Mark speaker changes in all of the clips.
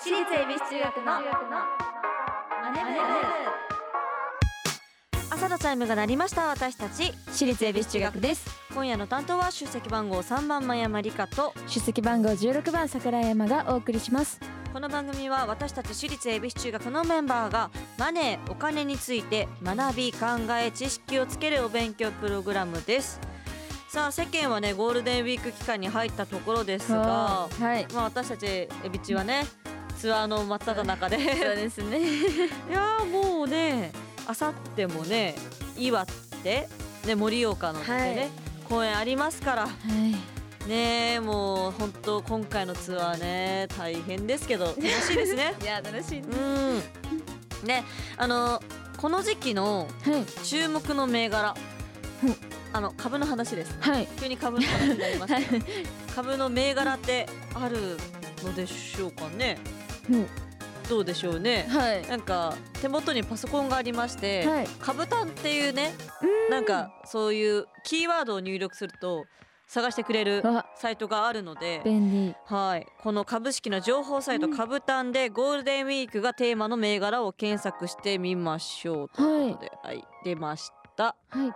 Speaker 1: 私立恵比寿中学のマネブ
Speaker 2: 朝のチャイムが鳴りました私たち
Speaker 3: 私立恵比寿中学です
Speaker 2: 今夜の担当は出席番号3番前山理香と
Speaker 3: 出席番号16番桜山がお送りします
Speaker 2: この番組は私たち私立恵比寿中学のメンバーがマネーお金について学び考え知識をつけるお勉強プログラムですさあ世間はねゴールデンウィーク期間に入ったところですが
Speaker 3: はい
Speaker 2: まあ私たちエビチはねツアーの真っ只中でい
Speaker 3: そうですね
Speaker 2: やーもうねあさってもね岩手ね盛岡のでね、
Speaker 3: はい
Speaker 2: 公演ありますから
Speaker 3: はい
Speaker 2: ねえもう本当今回のツアーね大変です けど楽しいですね
Speaker 3: いや楽しい
Speaker 2: うんねあのこの時期の
Speaker 3: はい
Speaker 2: 注目の銘柄
Speaker 3: うん
Speaker 2: あの株の話です
Speaker 3: はい
Speaker 2: 急に株の話にな りますけど株の銘柄ってあるのでしょうかねどうでしょうね
Speaker 3: はい
Speaker 2: なんか手元にパソコンがありまして、
Speaker 3: はい
Speaker 2: 株単っていうねなんかそういうキーワードを入力すると探してくれる
Speaker 3: あ
Speaker 2: サイトがあるので
Speaker 3: 便利
Speaker 2: はい、この株式の情報サイト
Speaker 3: うん
Speaker 2: 株単でゴールデンウィークがテーマの銘柄を検索してみましょうということで、はい出ました、
Speaker 3: はい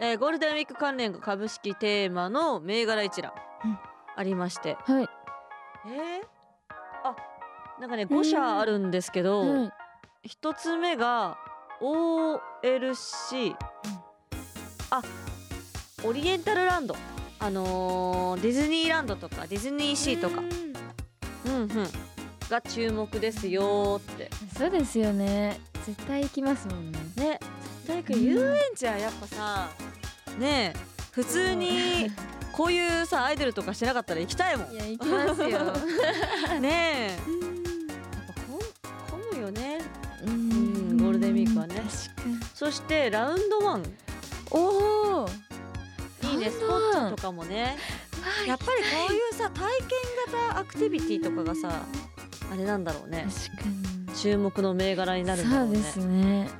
Speaker 2: えーゴールデンウィーク関連が株式テーマの銘柄一覧
Speaker 3: うん
Speaker 2: ありまして、
Speaker 3: はい
Speaker 2: えーあなんかね5社あるんですけど、
Speaker 3: はい
Speaker 2: 一つ目が OLC、あオリエンタルランドあのーディズニーランドとかディズニーシーとか
Speaker 3: うん
Speaker 2: うんうんが注目ですよーって
Speaker 3: そうですよね絶対行きますもんね
Speaker 2: ね誰か
Speaker 3: うん
Speaker 2: 遊園地はやっぱさねえ普通にこういうさアイドルとかしてなかったら行きたいも
Speaker 3: い
Speaker 2: ん
Speaker 3: や行きますよ
Speaker 2: ねえやっぱ混混むよねうんゴールデンウィークはね
Speaker 3: 確かに
Speaker 2: そしてラウンドワン
Speaker 3: おお
Speaker 2: いいねスポットとかもねやっぱりこういうさ体験型アクティビティとかがさあれなんだろうね
Speaker 3: 確かに
Speaker 2: 注目の銘柄になるんだろうね
Speaker 3: そうですね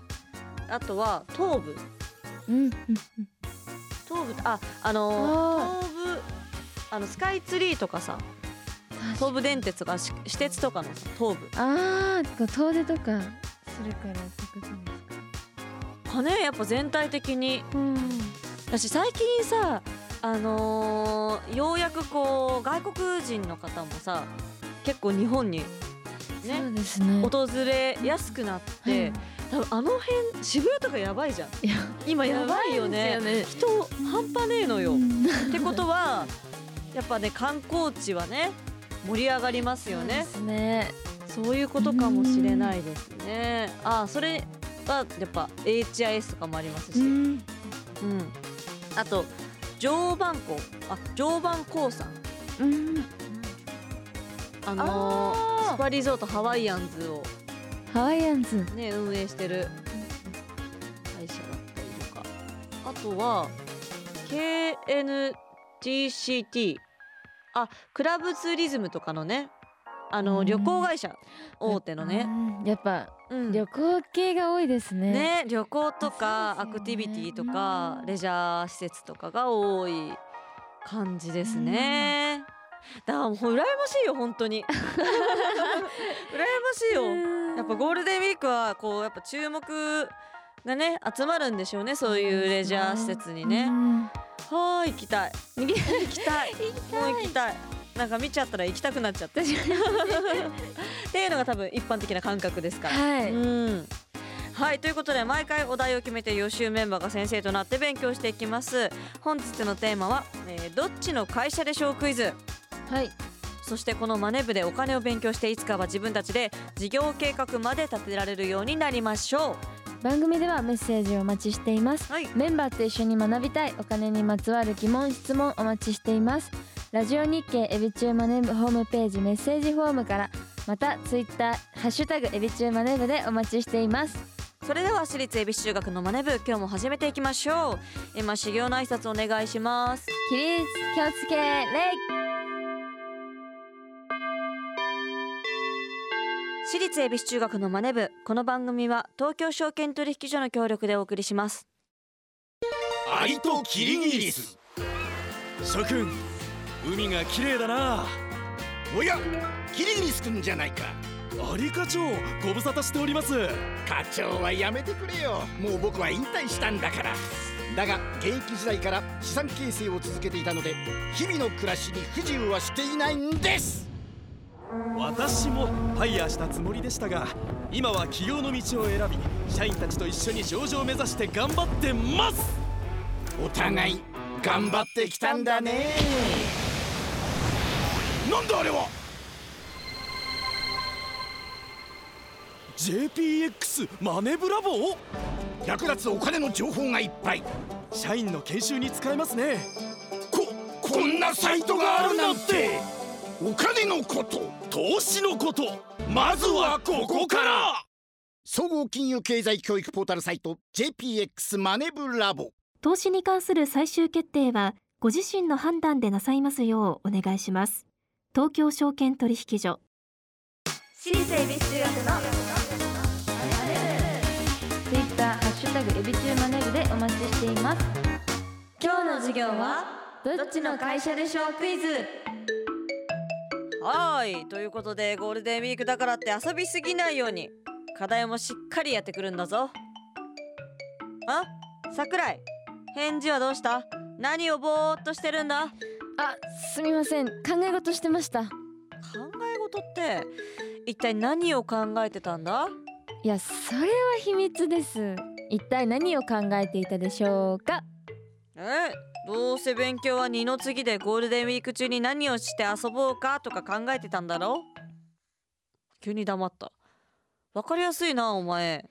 Speaker 2: あとは東部
Speaker 3: うん
Speaker 2: 東部ああの
Speaker 3: あ
Speaker 2: ー東部あのスカイツリーとかさ東
Speaker 3: あ
Speaker 2: 武電鉄とかし私鉄とかのさ東部
Speaker 3: あーこう遠出とかするからってことです
Speaker 2: かねやっぱ全体的に
Speaker 3: かうん
Speaker 2: 私最近さあのーようやくこう外国人の方もさ結構日本に
Speaker 3: そ
Speaker 2: ね
Speaker 3: うですね
Speaker 2: 訪れやすくなって、多分あの辺渋谷とかやばいじゃん
Speaker 3: いや
Speaker 2: 今やばいよね人半端ねえのよ、
Speaker 3: うん
Speaker 2: ってことはやっぱね観光地はね盛り上がりますよね
Speaker 3: そうですね
Speaker 2: そういうことかもしれないですね。あそれはやっぱ HIS とかもありますし、うん
Speaker 3: ん
Speaker 2: あと常磐港あ常磐鉱山
Speaker 3: うん
Speaker 2: あのー
Speaker 3: あー
Speaker 2: スパリゾートハワイアンズを
Speaker 3: ハワイアンズ
Speaker 2: ね運営してる会社だったりとかあとは KNTCT あクラブツーリズムとかのねあの
Speaker 3: うん
Speaker 2: 旅行会社大手の
Speaker 3: う
Speaker 2: ね、
Speaker 3: んやっぱ
Speaker 2: うん
Speaker 3: 旅行系が多いですね
Speaker 2: ね、旅行とか
Speaker 3: そ
Speaker 2: ア
Speaker 3: うですよね
Speaker 2: クティビティとか
Speaker 3: うん
Speaker 2: レジャー施設とかが多い感じですね。だからもう羨ましいよ本当に 羨ましいよ。やっぱゴールデンウィークはこうやっぱ注目がね集まるんでしょうねそういうレジャー施設に
Speaker 3: う
Speaker 2: ね。
Speaker 3: ん
Speaker 2: はーい行きたい。行きたい。 もう行きたい。なんか見ちゃったら行きたくなっちゃ って。っていうのが多分一般的な感覚ですから。
Speaker 3: はい
Speaker 2: うんはいということで毎回お題を決めて予習メンバーが先生となって勉強していきます本日のテーマは、えーどっちの会社でしょうクイズ
Speaker 3: はい
Speaker 2: そしてこのマネ部でお金を勉強していつかは自分たちで事業計画まで立てられるようになりましょ
Speaker 3: 番組ではメッセージをお待ちしています
Speaker 2: うはい
Speaker 3: メンバーと一緒に学びたいお金にまつわる疑問質問お待ちしていますラジオ日経エビチューマネブホームページメッセージフォームからまたツイッターハッシュタグエビチューマネブでお待ちしています
Speaker 2: それでは私立恵比寿中学のマネ部今日も始めていきましょう今修行の挨拶お願いします
Speaker 3: 起立気をつけ礼
Speaker 2: 私立恵比寿中学のマネ部この番組は東京証券取引所の協力でお送りします
Speaker 4: アリとキリギリス諸君海が綺麗だなおやキリギリスくんじゃないか
Speaker 5: 有課長ご無沙汰しております
Speaker 4: 課長はやめてくれよもう僕は引退したんだからだが現役時代から資産形成を続けていたので日々の暮らしに不自由はしていないんです
Speaker 5: 私もファイヤーしたつもりでしたが今は起業の道を選び社員たちと一緒に上場を目指して頑張ってます
Speaker 4: お互い頑張ってきたんだねなんだあれは
Speaker 5: JPX マネブラボー
Speaker 4: 役立つお金の情報がいっぱい
Speaker 5: 社員の研修に使えますね
Speaker 4: ここんなサイトがあるなんてお金のこと
Speaker 5: 投資のことまずはここから
Speaker 4: 総合金融経済教育ポータルサイト JPX マネブラボ
Speaker 6: 投資に関する最終決定はご自身の判断でなさいますようお願いします東京証券取引所
Speaker 1: 私立恵比寿中学の
Speaker 3: ツイッターハッシュタグエビチューマネブでお待ちしています
Speaker 2: 今日の授業は
Speaker 3: どっちの会社でしょうクイズ
Speaker 2: はいということでゴールデンウィークだからって遊びすぎないように課題もしっかりやってくるんだぞあ桜井返事はどうした何をぼーっとしてるんだ考
Speaker 3: あすみません考え事してました
Speaker 2: え事って一体何を考えてたんだ
Speaker 3: いやそれは秘密です一体何を考えていたでしょうか
Speaker 2: えどうせ勉強は二の次でゴールデンウィーク中に何をして遊ぼうかとか考えてたんだろ急に黙ったわかりやすいなお前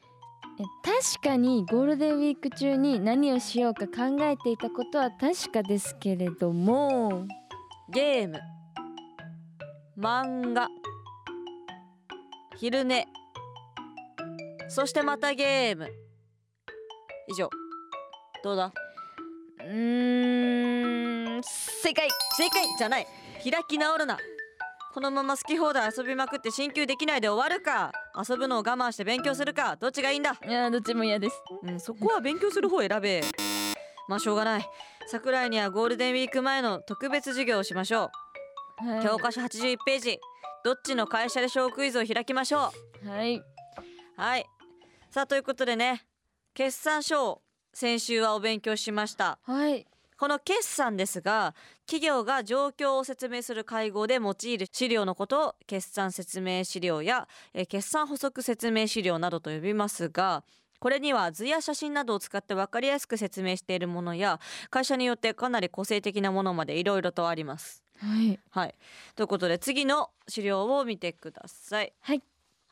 Speaker 3: え確かにゴールデンウィーク中に何をしようか考えていたことは確かですけれども
Speaker 2: ゲーム漫画昼寝そしてまたゲーム以上どうだ
Speaker 3: うーん正解
Speaker 2: 正解じゃない開き直るなこのまま好き放題遊びまくって進級できないで終わるか遊ぶのを我慢して勉強するかどっちがいいんだ
Speaker 3: いやどっちも嫌です
Speaker 2: うん、そこは勉強する方選べまあしょうがない桜井にはゴールデンウィーク前の特別授業をしましょ
Speaker 3: は
Speaker 2: う
Speaker 3: い
Speaker 2: 教科書81ページどっちの会社でしょうクイズを開きましょ
Speaker 3: はい、
Speaker 2: うはいさあということでね決算書を先週はお勉強しました
Speaker 3: はい、
Speaker 2: この決算ですが企業が状況を説明する会合で用いる資料のことを決算説明資料や、えー決算補足説明資料などと呼びますがこれには図や写真などを使って分かりやすく説明しているものや会社によってかなり個性的なものまでいろいろとあります。
Speaker 3: はい、
Speaker 2: はい、ということで次の資料を見てください。
Speaker 3: はい、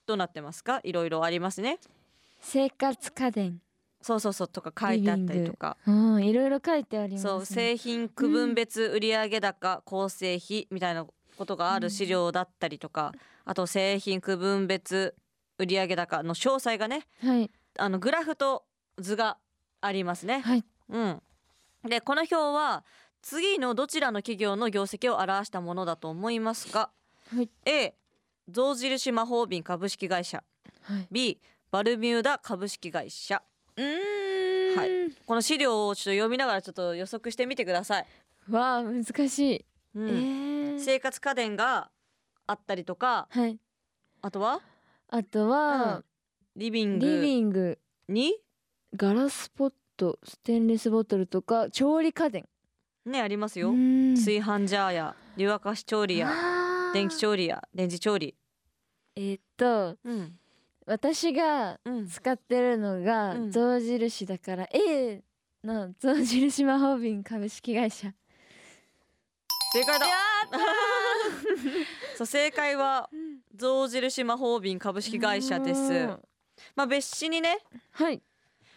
Speaker 2: どうなってますかいろいろありますね。
Speaker 3: 生活家電
Speaker 2: そうそうそうとか書いてあったりとか。
Speaker 3: うん、いろいろ書いてあります、ね、
Speaker 2: そう製品区分別売上高構成比みたいなことがある資料だったりとか、あと製品区分別売上高の詳細がね
Speaker 3: はい、
Speaker 2: あのグラフと図がありますね。
Speaker 3: はい
Speaker 2: うん、でこの表は次のどちらの企業の業績を表したものだと思いますが、
Speaker 3: はい
Speaker 2: A 象印魔法瓶株式会社
Speaker 3: はい、
Speaker 2: B バルミューダ株式会社
Speaker 3: うーん、
Speaker 2: はいこの資料をちょっと読みながらちょっと予測してみてください。
Speaker 3: わあ難しい、
Speaker 2: うん
Speaker 3: えー、
Speaker 2: 生活家電があったりとか
Speaker 3: はい、
Speaker 2: あとは
Speaker 3: あとは、
Speaker 2: リビング
Speaker 3: リビング
Speaker 2: に
Speaker 3: ガラスポットステンレスボトルとか調理家電
Speaker 2: ねありますよ、
Speaker 3: うん
Speaker 2: 炊飯ジャーや湯沸かし調理や
Speaker 3: あー
Speaker 2: 電気調理や電磁調理
Speaker 3: えーっと
Speaker 2: うん
Speaker 3: 私が
Speaker 2: うん
Speaker 3: 使ってるのが
Speaker 2: うん
Speaker 3: 象印だから、A の象印魔法瓶株式会社
Speaker 2: 正解だ そう正解は象印魔法瓶株式会社です
Speaker 3: うん
Speaker 2: まあ別紙にね
Speaker 3: はい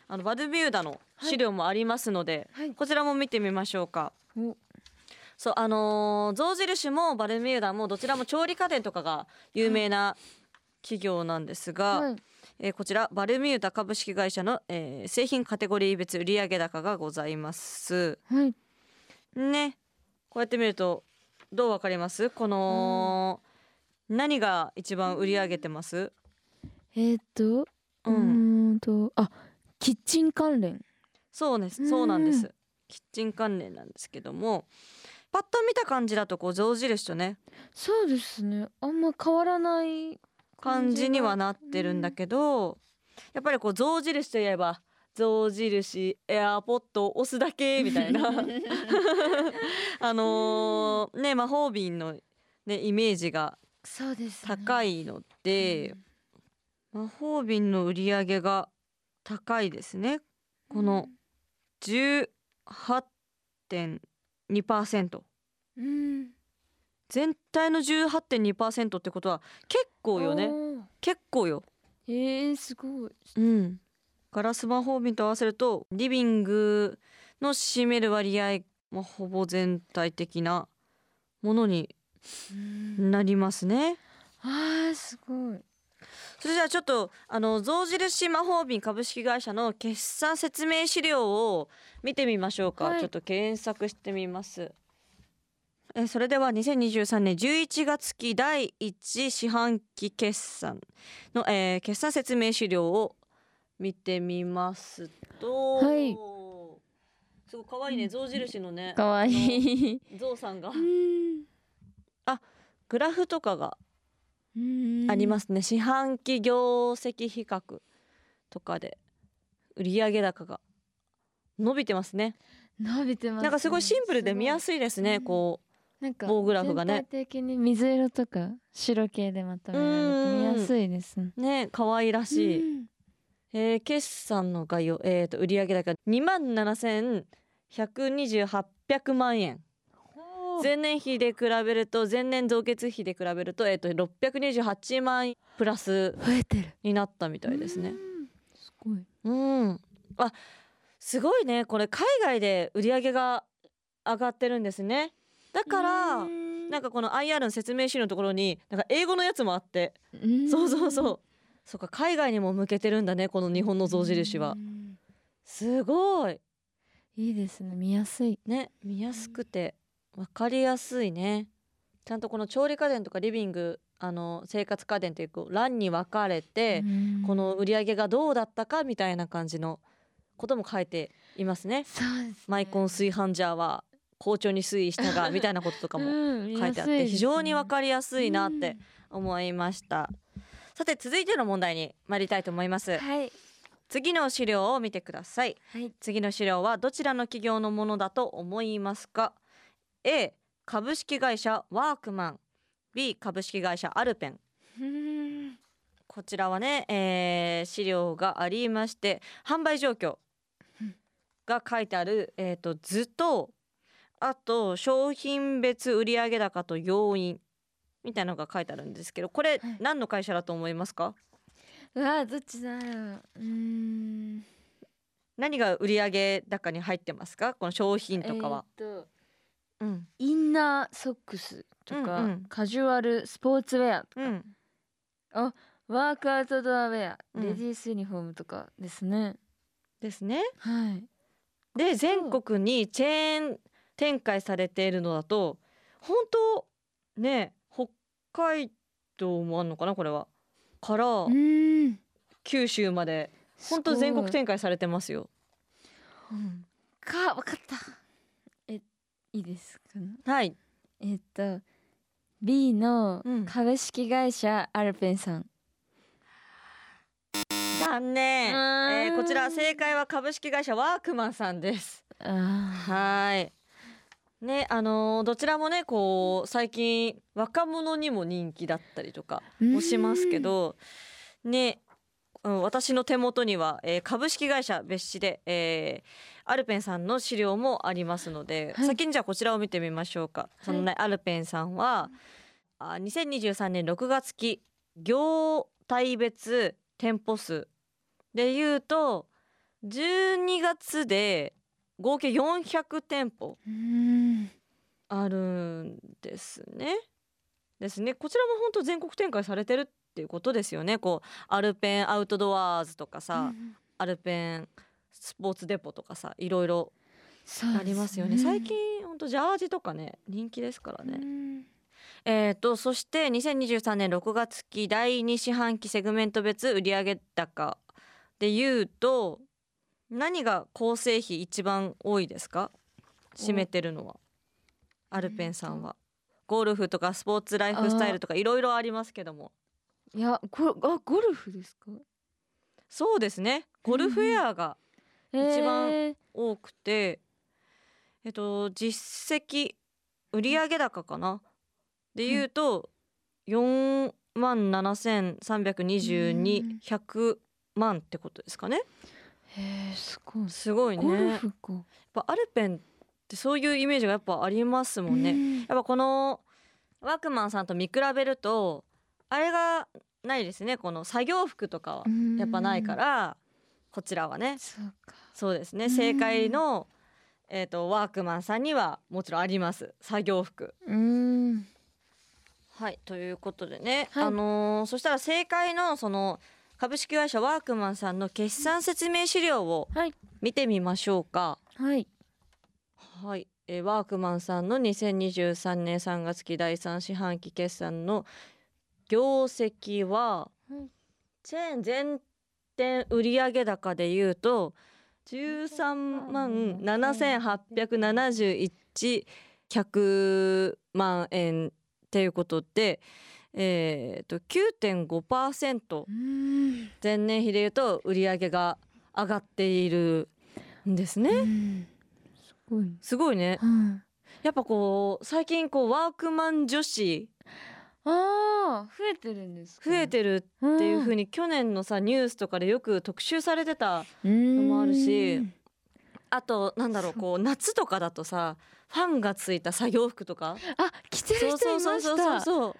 Speaker 2: あのバルミューダの資料もありますので、
Speaker 3: はい
Speaker 2: こちらも見てみましょうか
Speaker 3: お
Speaker 2: そうあのー象印もバルミューダもどちらも調理家電とかが有名な企業なんですが、
Speaker 3: はい
Speaker 2: えーこちらバルミューダ株式会社の、えー製品カテゴリー別売上高がございます
Speaker 3: はい
Speaker 2: ねこうやって見るとどうわかりますこの、何が一番売り上げてます
Speaker 3: えーっとう
Speaker 2: うん
Speaker 3: ーんとあキッチン関連
Speaker 2: そうです
Speaker 3: うん
Speaker 2: そうなんですキッチン関連なんですけどもパッと見た感じだとこう象印とね
Speaker 3: そうですねあんま変わらない
Speaker 2: 感じにはなってるんだけど、やっぱりこう象印といえば象印エアポッドを押すだけみたいなあのーね魔法瓶の、ね、イメージが
Speaker 3: そうです、
Speaker 2: 高
Speaker 3: い
Speaker 2: いので、魔法瓶の売り上げが高いですねこの18.2%
Speaker 3: うん
Speaker 2: 全体の18.2%ってことは結構よね
Speaker 3: ね
Speaker 2: 結構よ
Speaker 3: えー、すごい
Speaker 2: うんガラス魔法瓶と合わせるとリビングの占める割合もほぼ全体的なものになりますね
Speaker 3: あーすごい
Speaker 2: それじゃあちょっとあの象印魔法瓶株式会社の決算説明資料を見てみましょうか、
Speaker 3: はい
Speaker 2: ちょっと検索してみますえそれでは2023年11月期第1四半期決算の、えー決算説明資料を見てみますと、
Speaker 3: はい
Speaker 2: すごい可愛いね象印のね
Speaker 3: かわいい
Speaker 2: あの象さんが
Speaker 3: うん
Speaker 2: グラフとかが
Speaker 3: うん
Speaker 2: ありますね四半期業績比較とかで売上高が伸びてますね
Speaker 3: 伸びてますね、
Speaker 2: なんかすごいシンプルで見や
Speaker 3: い
Speaker 2: すいですね
Speaker 3: うん
Speaker 2: こ
Speaker 3: なんか
Speaker 2: 棒グラフがね
Speaker 3: 全体的に水色とか白系でまとめられて見やすいですね
Speaker 2: うね可愛らしい、
Speaker 3: うん
Speaker 2: えー決算の概要、えー、と売上高2万7,128万円前年比で比べると前年増結比で比べると,、えー、と628万円プラス
Speaker 3: 増えてる
Speaker 2: になったみたいですね。
Speaker 3: うんすごい
Speaker 2: うん。あ、すごいね。これ海外で売り上げが上がってるんですね。だからなんかこの IR の説明資料のところになんか英語のやつもあって、そうそうそう。そうか海外にも向けてるんだねこの日本の象印は
Speaker 3: う。ん
Speaker 2: すごい
Speaker 3: いいですね見やすい
Speaker 2: ね見やすくてわかりやすいね。ちゃんとこの調理家電とかリビングあの生活家電っていうこう欄に分かれて、
Speaker 3: うん
Speaker 2: この売り上げがどうだったかみたいな感じのことも書いていますね。
Speaker 3: そうです
Speaker 2: マイコン炊飯ジャーは好調に推移したがみたいなこととかも書いてあって非常にわかりやすいなって思いました。さて続いての問題に参りたいと思います。
Speaker 3: はい
Speaker 2: 次の資料を見てください。
Speaker 3: はい
Speaker 2: 次の資料はどちらの企業のものだと思いますか A 株式会社ワークマン B 株式会社アルペンこちらはね、えー資料がありまして販売状況が書いてある、えー、と図とあと商品別売上高と要因みたいなのが書いてあるんですけどこれ
Speaker 3: はい
Speaker 2: 何の会社だと思いますか、
Speaker 3: うわーどっちだろううーん
Speaker 2: 何が売上高に入ってますかこの商品とかは、
Speaker 3: えーっと
Speaker 2: うん
Speaker 3: インナーソックスとか、
Speaker 2: うんうん
Speaker 3: カジュアルスポーツウェアとか、
Speaker 2: うん、
Speaker 3: ワークアウトドアウェア、
Speaker 2: うん
Speaker 3: レディースユニフォームとかですね
Speaker 2: ですね
Speaker 3: はい
Speaker 2: で全国にチェーン展開されているのだと本当ね北海道もあんのかなこれはから
Speaker 3: ん
Speaker 2: 九州まで本当全国展開されてますよ。
Speaker 3: かわかったえいいですかね
Speaker 2: はい
Speaker 3: えっと B の
Speaker 2: うん
Speaker 3: 株式会社アルペンさん、
Speaker 2: 残念、
Speaker 3: うーん
Speaker 2: えーこちら正解は株式会社ワークマンさんです。
Speaker 3: あ
Speaker 2: はいねあのーどちらもねこう最近若者にも人気だったりとかもしますけどね、うん、私の手元には、えー株式会社別紙で、えーアルペンさんの資料もありますので、
Speaker 3: はい
Speaker 2: 先にじゃあこちらを見てみましょうか。そのね、アルペンさんはあ2023年6月期業態別店舗数でいうと12月で合計400店舗
Speaker 3: ーうん
Speaker 2: あるんですね。ですね。こちらも本当全国展開されてるっていうことですよね。こうアルペンアウトドアーズとかさ、アルペンスポーツデポとかさ、いろいろ
Speaker 3: そうです
Speaker 2: ありますよね。最近本当ジャージとかね人気ですからね。
Speaker 3: うん
Speaker 2: えー、とそして2023年6月期第2四半期セグメント別売上高でいうと何が構成比一番多いですか占めてるのはアルペンさんはゴルフとかスポーツライフスタイルとかいろいろありますけども
Speaker 3: いやゴあゴルフですか
Speaker 2: そうですねゴルフウェアが一番
Speaker 3: えー
Speaker 2: 多くて、えっと、実績売上高かなで言うと4万7,322,100万ってことですかね。
Speaker 3: えーすごい
Speaker 2: すごいね。
Speaker 3: ゴル
Speaker 2: やっ
Speaker 3: フか
Speaker 2: ぱアルペンってそういうイメージがやっぱありますもんね。
Speaker 6: ね
Speaker 2: やっぱこのワークマンさんと見比べるとあれがないですねこの作業服とかはやっぱないからこちらはね
Speaker 3: そうか
Speaker 2: そうです
Speaker 6: ん
Speaker 2: ね正解の、えー、とワークマンさんにはもちろんあります作業服。
Speaker 3: うーん
Speaker 2: はいということでね、
Speaker 3: はい
Speaker 2: あのーそしたら正解のその株式会社ワークマンさんの決算説明資料を
Speaker 3: はい
Speaker 2: 見てみましょうか。
Speaker 3: はい
Speaker 2: はい、えーワークマンさんの2023年3月期第3四半期決算の業績は、
Speaker 3: はい
Speaker 2: チェーン全店売上高でいうと13万7871 100万円っていうことで、えー、と9.5%
Speaker 3: うーん
Speaker 2: 前年比でいうと売上が上がっているんですね。
Speaker 3: うんすごい
Speaker 2: すごいね
Speaker 3: はい
Speaker 2: やっぱこう最近こうワークマン女子
Speaker 3: ああ増えてるんですか
Speaker 2: 増えてる
Speaker 3: る
Speaker 2: っていう風に去年のさニュースとかでよく特集されてたのもあるしあとなんだろうこう夏とかだとさファンがついた作業服とか
Speaker 3: あ着てる人いました
Speaker 2: そうそうそう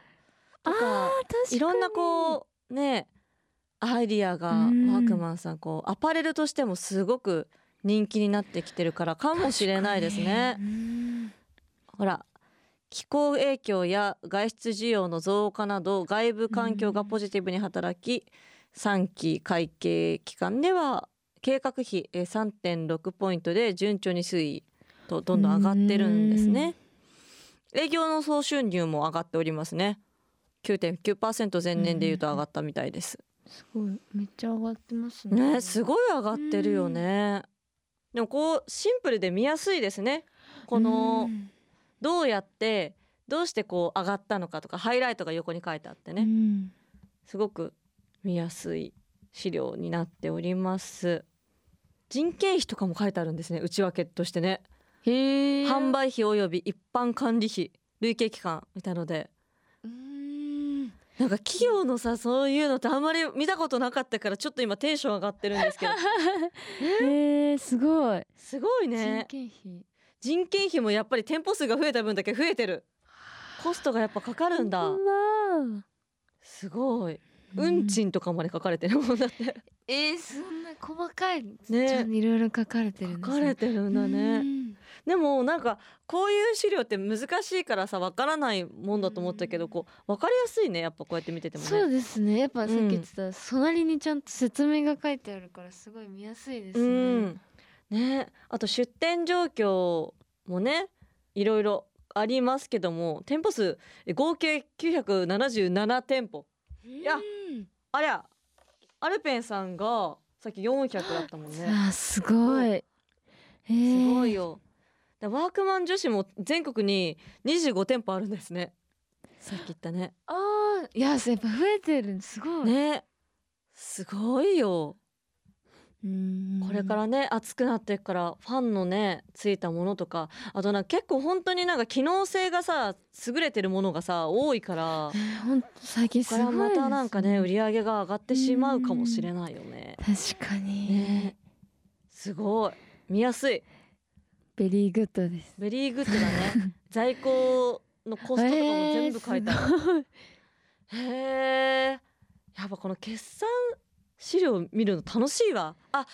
Speaker 2: とか
Speaker 6: あー確かに
Speaker 2: いろんなこうねアイディアがワ
Speaker 3: うん
Speaker 2: ークマンさんこうアパレルとしてもすごく人気になってきてるからかもしれないですね
Speaker 3: う。ん
Speaker 2: ほら気候影響や外出需要の増加など外部環境がポジティブに働き、3期会計期間では計画費えー3.6ポイントで順調に推移とどんどん上がってるんですね。営業の総収入も上がっておりますね。9.9%前年でいうと上がったみたいです。
Speaker 3: すごいめっちゃ上がってますね
Speaker 2: ね、すごい上がってるよね。でもこうシンプルで見やすいですね。この
Speaker 3: うん
Speaker 2: どうやってどうしてこう上がったのかとかハイライトが横に書いてあってね、
Speaker 3: うん
Speaker 2: すごく見やすい資料になっております人件費とかも書いてあるんですね内訳としてね
Speaker 3: へえ
Speaker 2: 販売費および一般管理費累計期間みたいので
Speaker 3: うーん
Speaker 2: なんか企業のさそういうのってあんまり見たことなかったからちょっと今テンション上がってるん ですけど
Speaker 3: へえすごい
Speaker 2: すごい
Speaker 3: 人
Speaker 2: ね
Speaker 3: 件費
Speaker 2: 人件費もやっぱり店舗数が増えた分だけ増えてるコストがやっぱかかるんだ
Speaker 3: 本当だ
Speaker 2: すごい運賃とかまで書かれてるもんだっ て
Speaker 3: えー、そんな細かい
Speaker 2: ね
Speaker 3: ちゃんいろいろ書かれてるん
Speaker 2: 書
Speaker 3: ですね
Speaker 2: かれてるんだねでもなんかこういう資料って難しいからさわからないもんだと思ったけどこうわかりやすいねやっぱこうやって見てて
Speaker 3: うん
Speaker 2: も
Speaker 3: そう
Speaker 2: ね
Speaker 3: ですねやっぱさっ
Speaker 2: う
Speaker 3: き
Speaker 2: ん
Speaker 3: 言ってた、隣にちゃんと説明が書いてあるからすごい見やすいです
Speaker 2: う
Speaker 3: ね、
Speaker 2: んねあと出店状況もねいろいろありますけども店舗数え合計977店舗
Speaker 3: い
Speaker 2: やありゃアルペンさんがさっき400だったもんね
Speaker 3: あすごい、えー
Speaker 2: すごいよ。だワークマン女子も全国に25店舗あるんですね。さっき言ったね。
Speaker 3: あーいやそうやっぱ増えてるすごい、
Speaker 2: ね。すごいよ。
Speaker 3: うん
Speaker 2: これからね暑くなっていくからファンのねついたものとかあとなんか結構本当になんか機能性がさ優れてるものがさ多い から
Speaker 3: えーほんと最近
Speaker 2: こ
Speaker 3: す
Speaker 2: れ
Speaker 3: ごいで
Speaker 2: は
Speaker 3: す、ね、
Speaker 2: またなんかね売り上げが上がってしまうかもしれないよね。
Speaker 3: 確かに、
Speaker 2: ねすごい見やすい
Speaker 3: ベリーグッドです
Speaker 2: ベリーグッドだ ね在庫のコストとかも全部書いてある。
Speaker 3: えーすごい
Speaker 2: へえ。やっぱこの決算資料見るの楽しいわ。あ、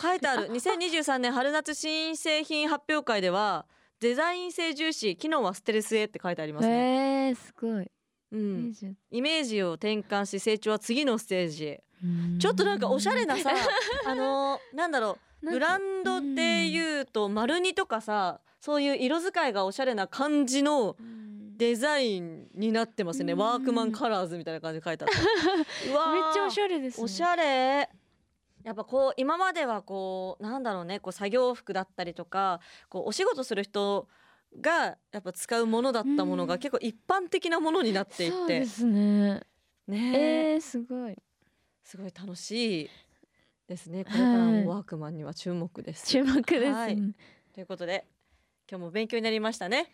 Speaker 2: 書いてある。2023年春夏新製品発表会ではデザイン性重視、機能はステルスへって書いてありますね。
Speaker 3: えー、すごい、
Speaker 2: うん。イメージを転換し成長は次のステージへ。
Speaker 3: うん
Speaker 2: ちょっとなんかおしゃれな さ、あのなんだろう、
Speaker 3: なん
Speaker 2: ブ
Speaker 3: か
Speaker 2: ランドでいうと丸二とかさ、そういう色使いがおしゃれな感じの。
Speaker 3: うん
Speaker 2: デザインになってますね、
Speaker 3: うん
Speaker 2: ワークマンカラーズみたいな感じで書いてあっ たうわー
Speaker 3: めっちゃおしゃれですね
Speaker 2: おしゃれやっぱこう今まではこうなんだろうねこう作業服だったりとかこうお仕事する人がやっぱ使うものだったもの
Speaker 3: う
Speaker 2: が
Speaker 3: ん
Speaker 2: 結構一般的なものになってい
Speaker 3: そう
Speaker 2: て
Speaker 3: ですね
Speaker 2: ねえ
Speaker 3: えー、すごい
Speaker 2: すごい楽しいですねこれから
Speaker 3: はい
Speaker 2: もワークマンには注目です。
Speaker 3: 注目です
Speaker 2: は
Speaker 3: はいい、
Speaker 2: ということで今日も勉強になりましたね。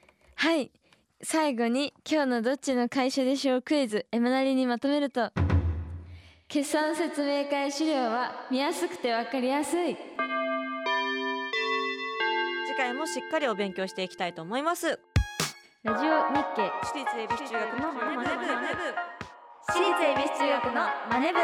Speaker 3: 最後に今日のどっちの会社でしょうクイズエマなりにまとめると決算説明会資料は見やすくてわかりやすい
Speaker 2: 次回もしっかりお勉強していきたいと思います。
Speaker 3: ラジオ日経
Speaker 2: 私立恵比寿中学のマネブ
Speaker 1: 私立恵比寿中学のマネ部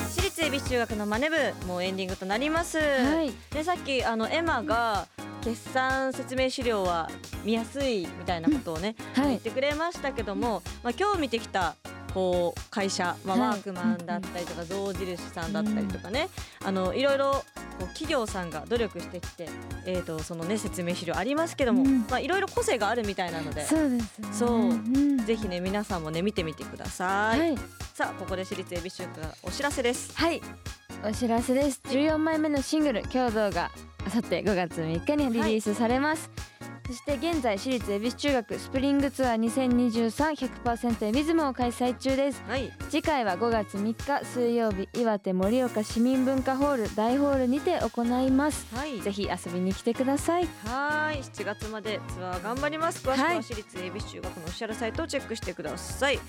Speaker 2: 私立恵比寿中学のマネ部もうエンディングとなります。
Speaker 3: はい
Speaker 2: でさっきあのエマが決算説明資料は見やすいみたいなことをね、
Speaker 3: は
Speaker 2: 言っ
Speaker 3: い
Speaker 2: てくれましたけども、まあ、今日見てきたこう会社、まあ、
Speaker 3: はい
Speaker 2: ワークマンだったりとか象印さんだったりとかね、あのいろいろこう企業さんが努力してきて、えー、とそのね説明資料ありますけども、
Speaker 3: うん
Speaker 2: まあ、いろいろ個性があるみたいなので。
Speaker 3: そうですね
Speaker 2: そうんぜひね皆さんもね見てみてください、
Speaker 3: はい
Speaker 2: さあここで私立恵比寿からお知らせです
Speaker 3: はいお知らせです14枚目のシングル「共同」があさって5月3日にリリースされます、そして現在私立恵比寿中学スプリングツアー2023100%恵比寿もを開催中です
Speaker 2: はい
Speaker 3: 次回は5月3日水曜日岩手盛岡市民文化ホール大ホールにて行います
Speaker 2: はい
Speaker 3: ぜひ遊びに来てください
Speaker 2: はーい7月までツアー頑張ります詳しく
Speaker 3: は
Speaker 2: はい私立恵比寿中学のオフィシャルサイトをチェックしてください、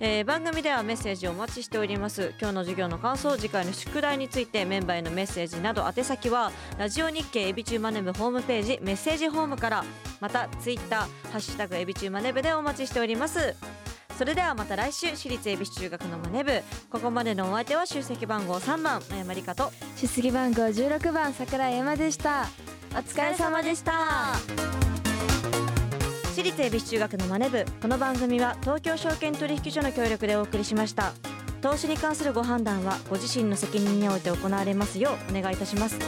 Speaker 2: えー番組ではメッセージをお待ちしております今日の授業の感想次回の宿題についてメンバーへのメッセージなど宛先はラジオ日経エビチューマネブホームページメッセージホームからまたツイッターハッシュタグエビチューマネブでお待ちしておりますそれではまた来週私立恵比寿中学のマネブここまでのお相手は出席番号3番綾まりかと
Speaker 3: 出席番号16番桜井山でした
Speaker 2: お
Speaker 3: お
Speaker 2: 疲
Speaker 3: 疲
Speaker 2: れ
Speaker 3: れ
Speaker 2: 様
Speaker 3: 様
Speaker 2: で
Speaker 3: で
Speaker 2: し
Speaker 3: したた
Speaker 2: 私立恵比寿中学のマネ部この番組は東京証券取引所の協力でお送りしました投資に関するご判断はご自身の責任において行われますようお願いいたします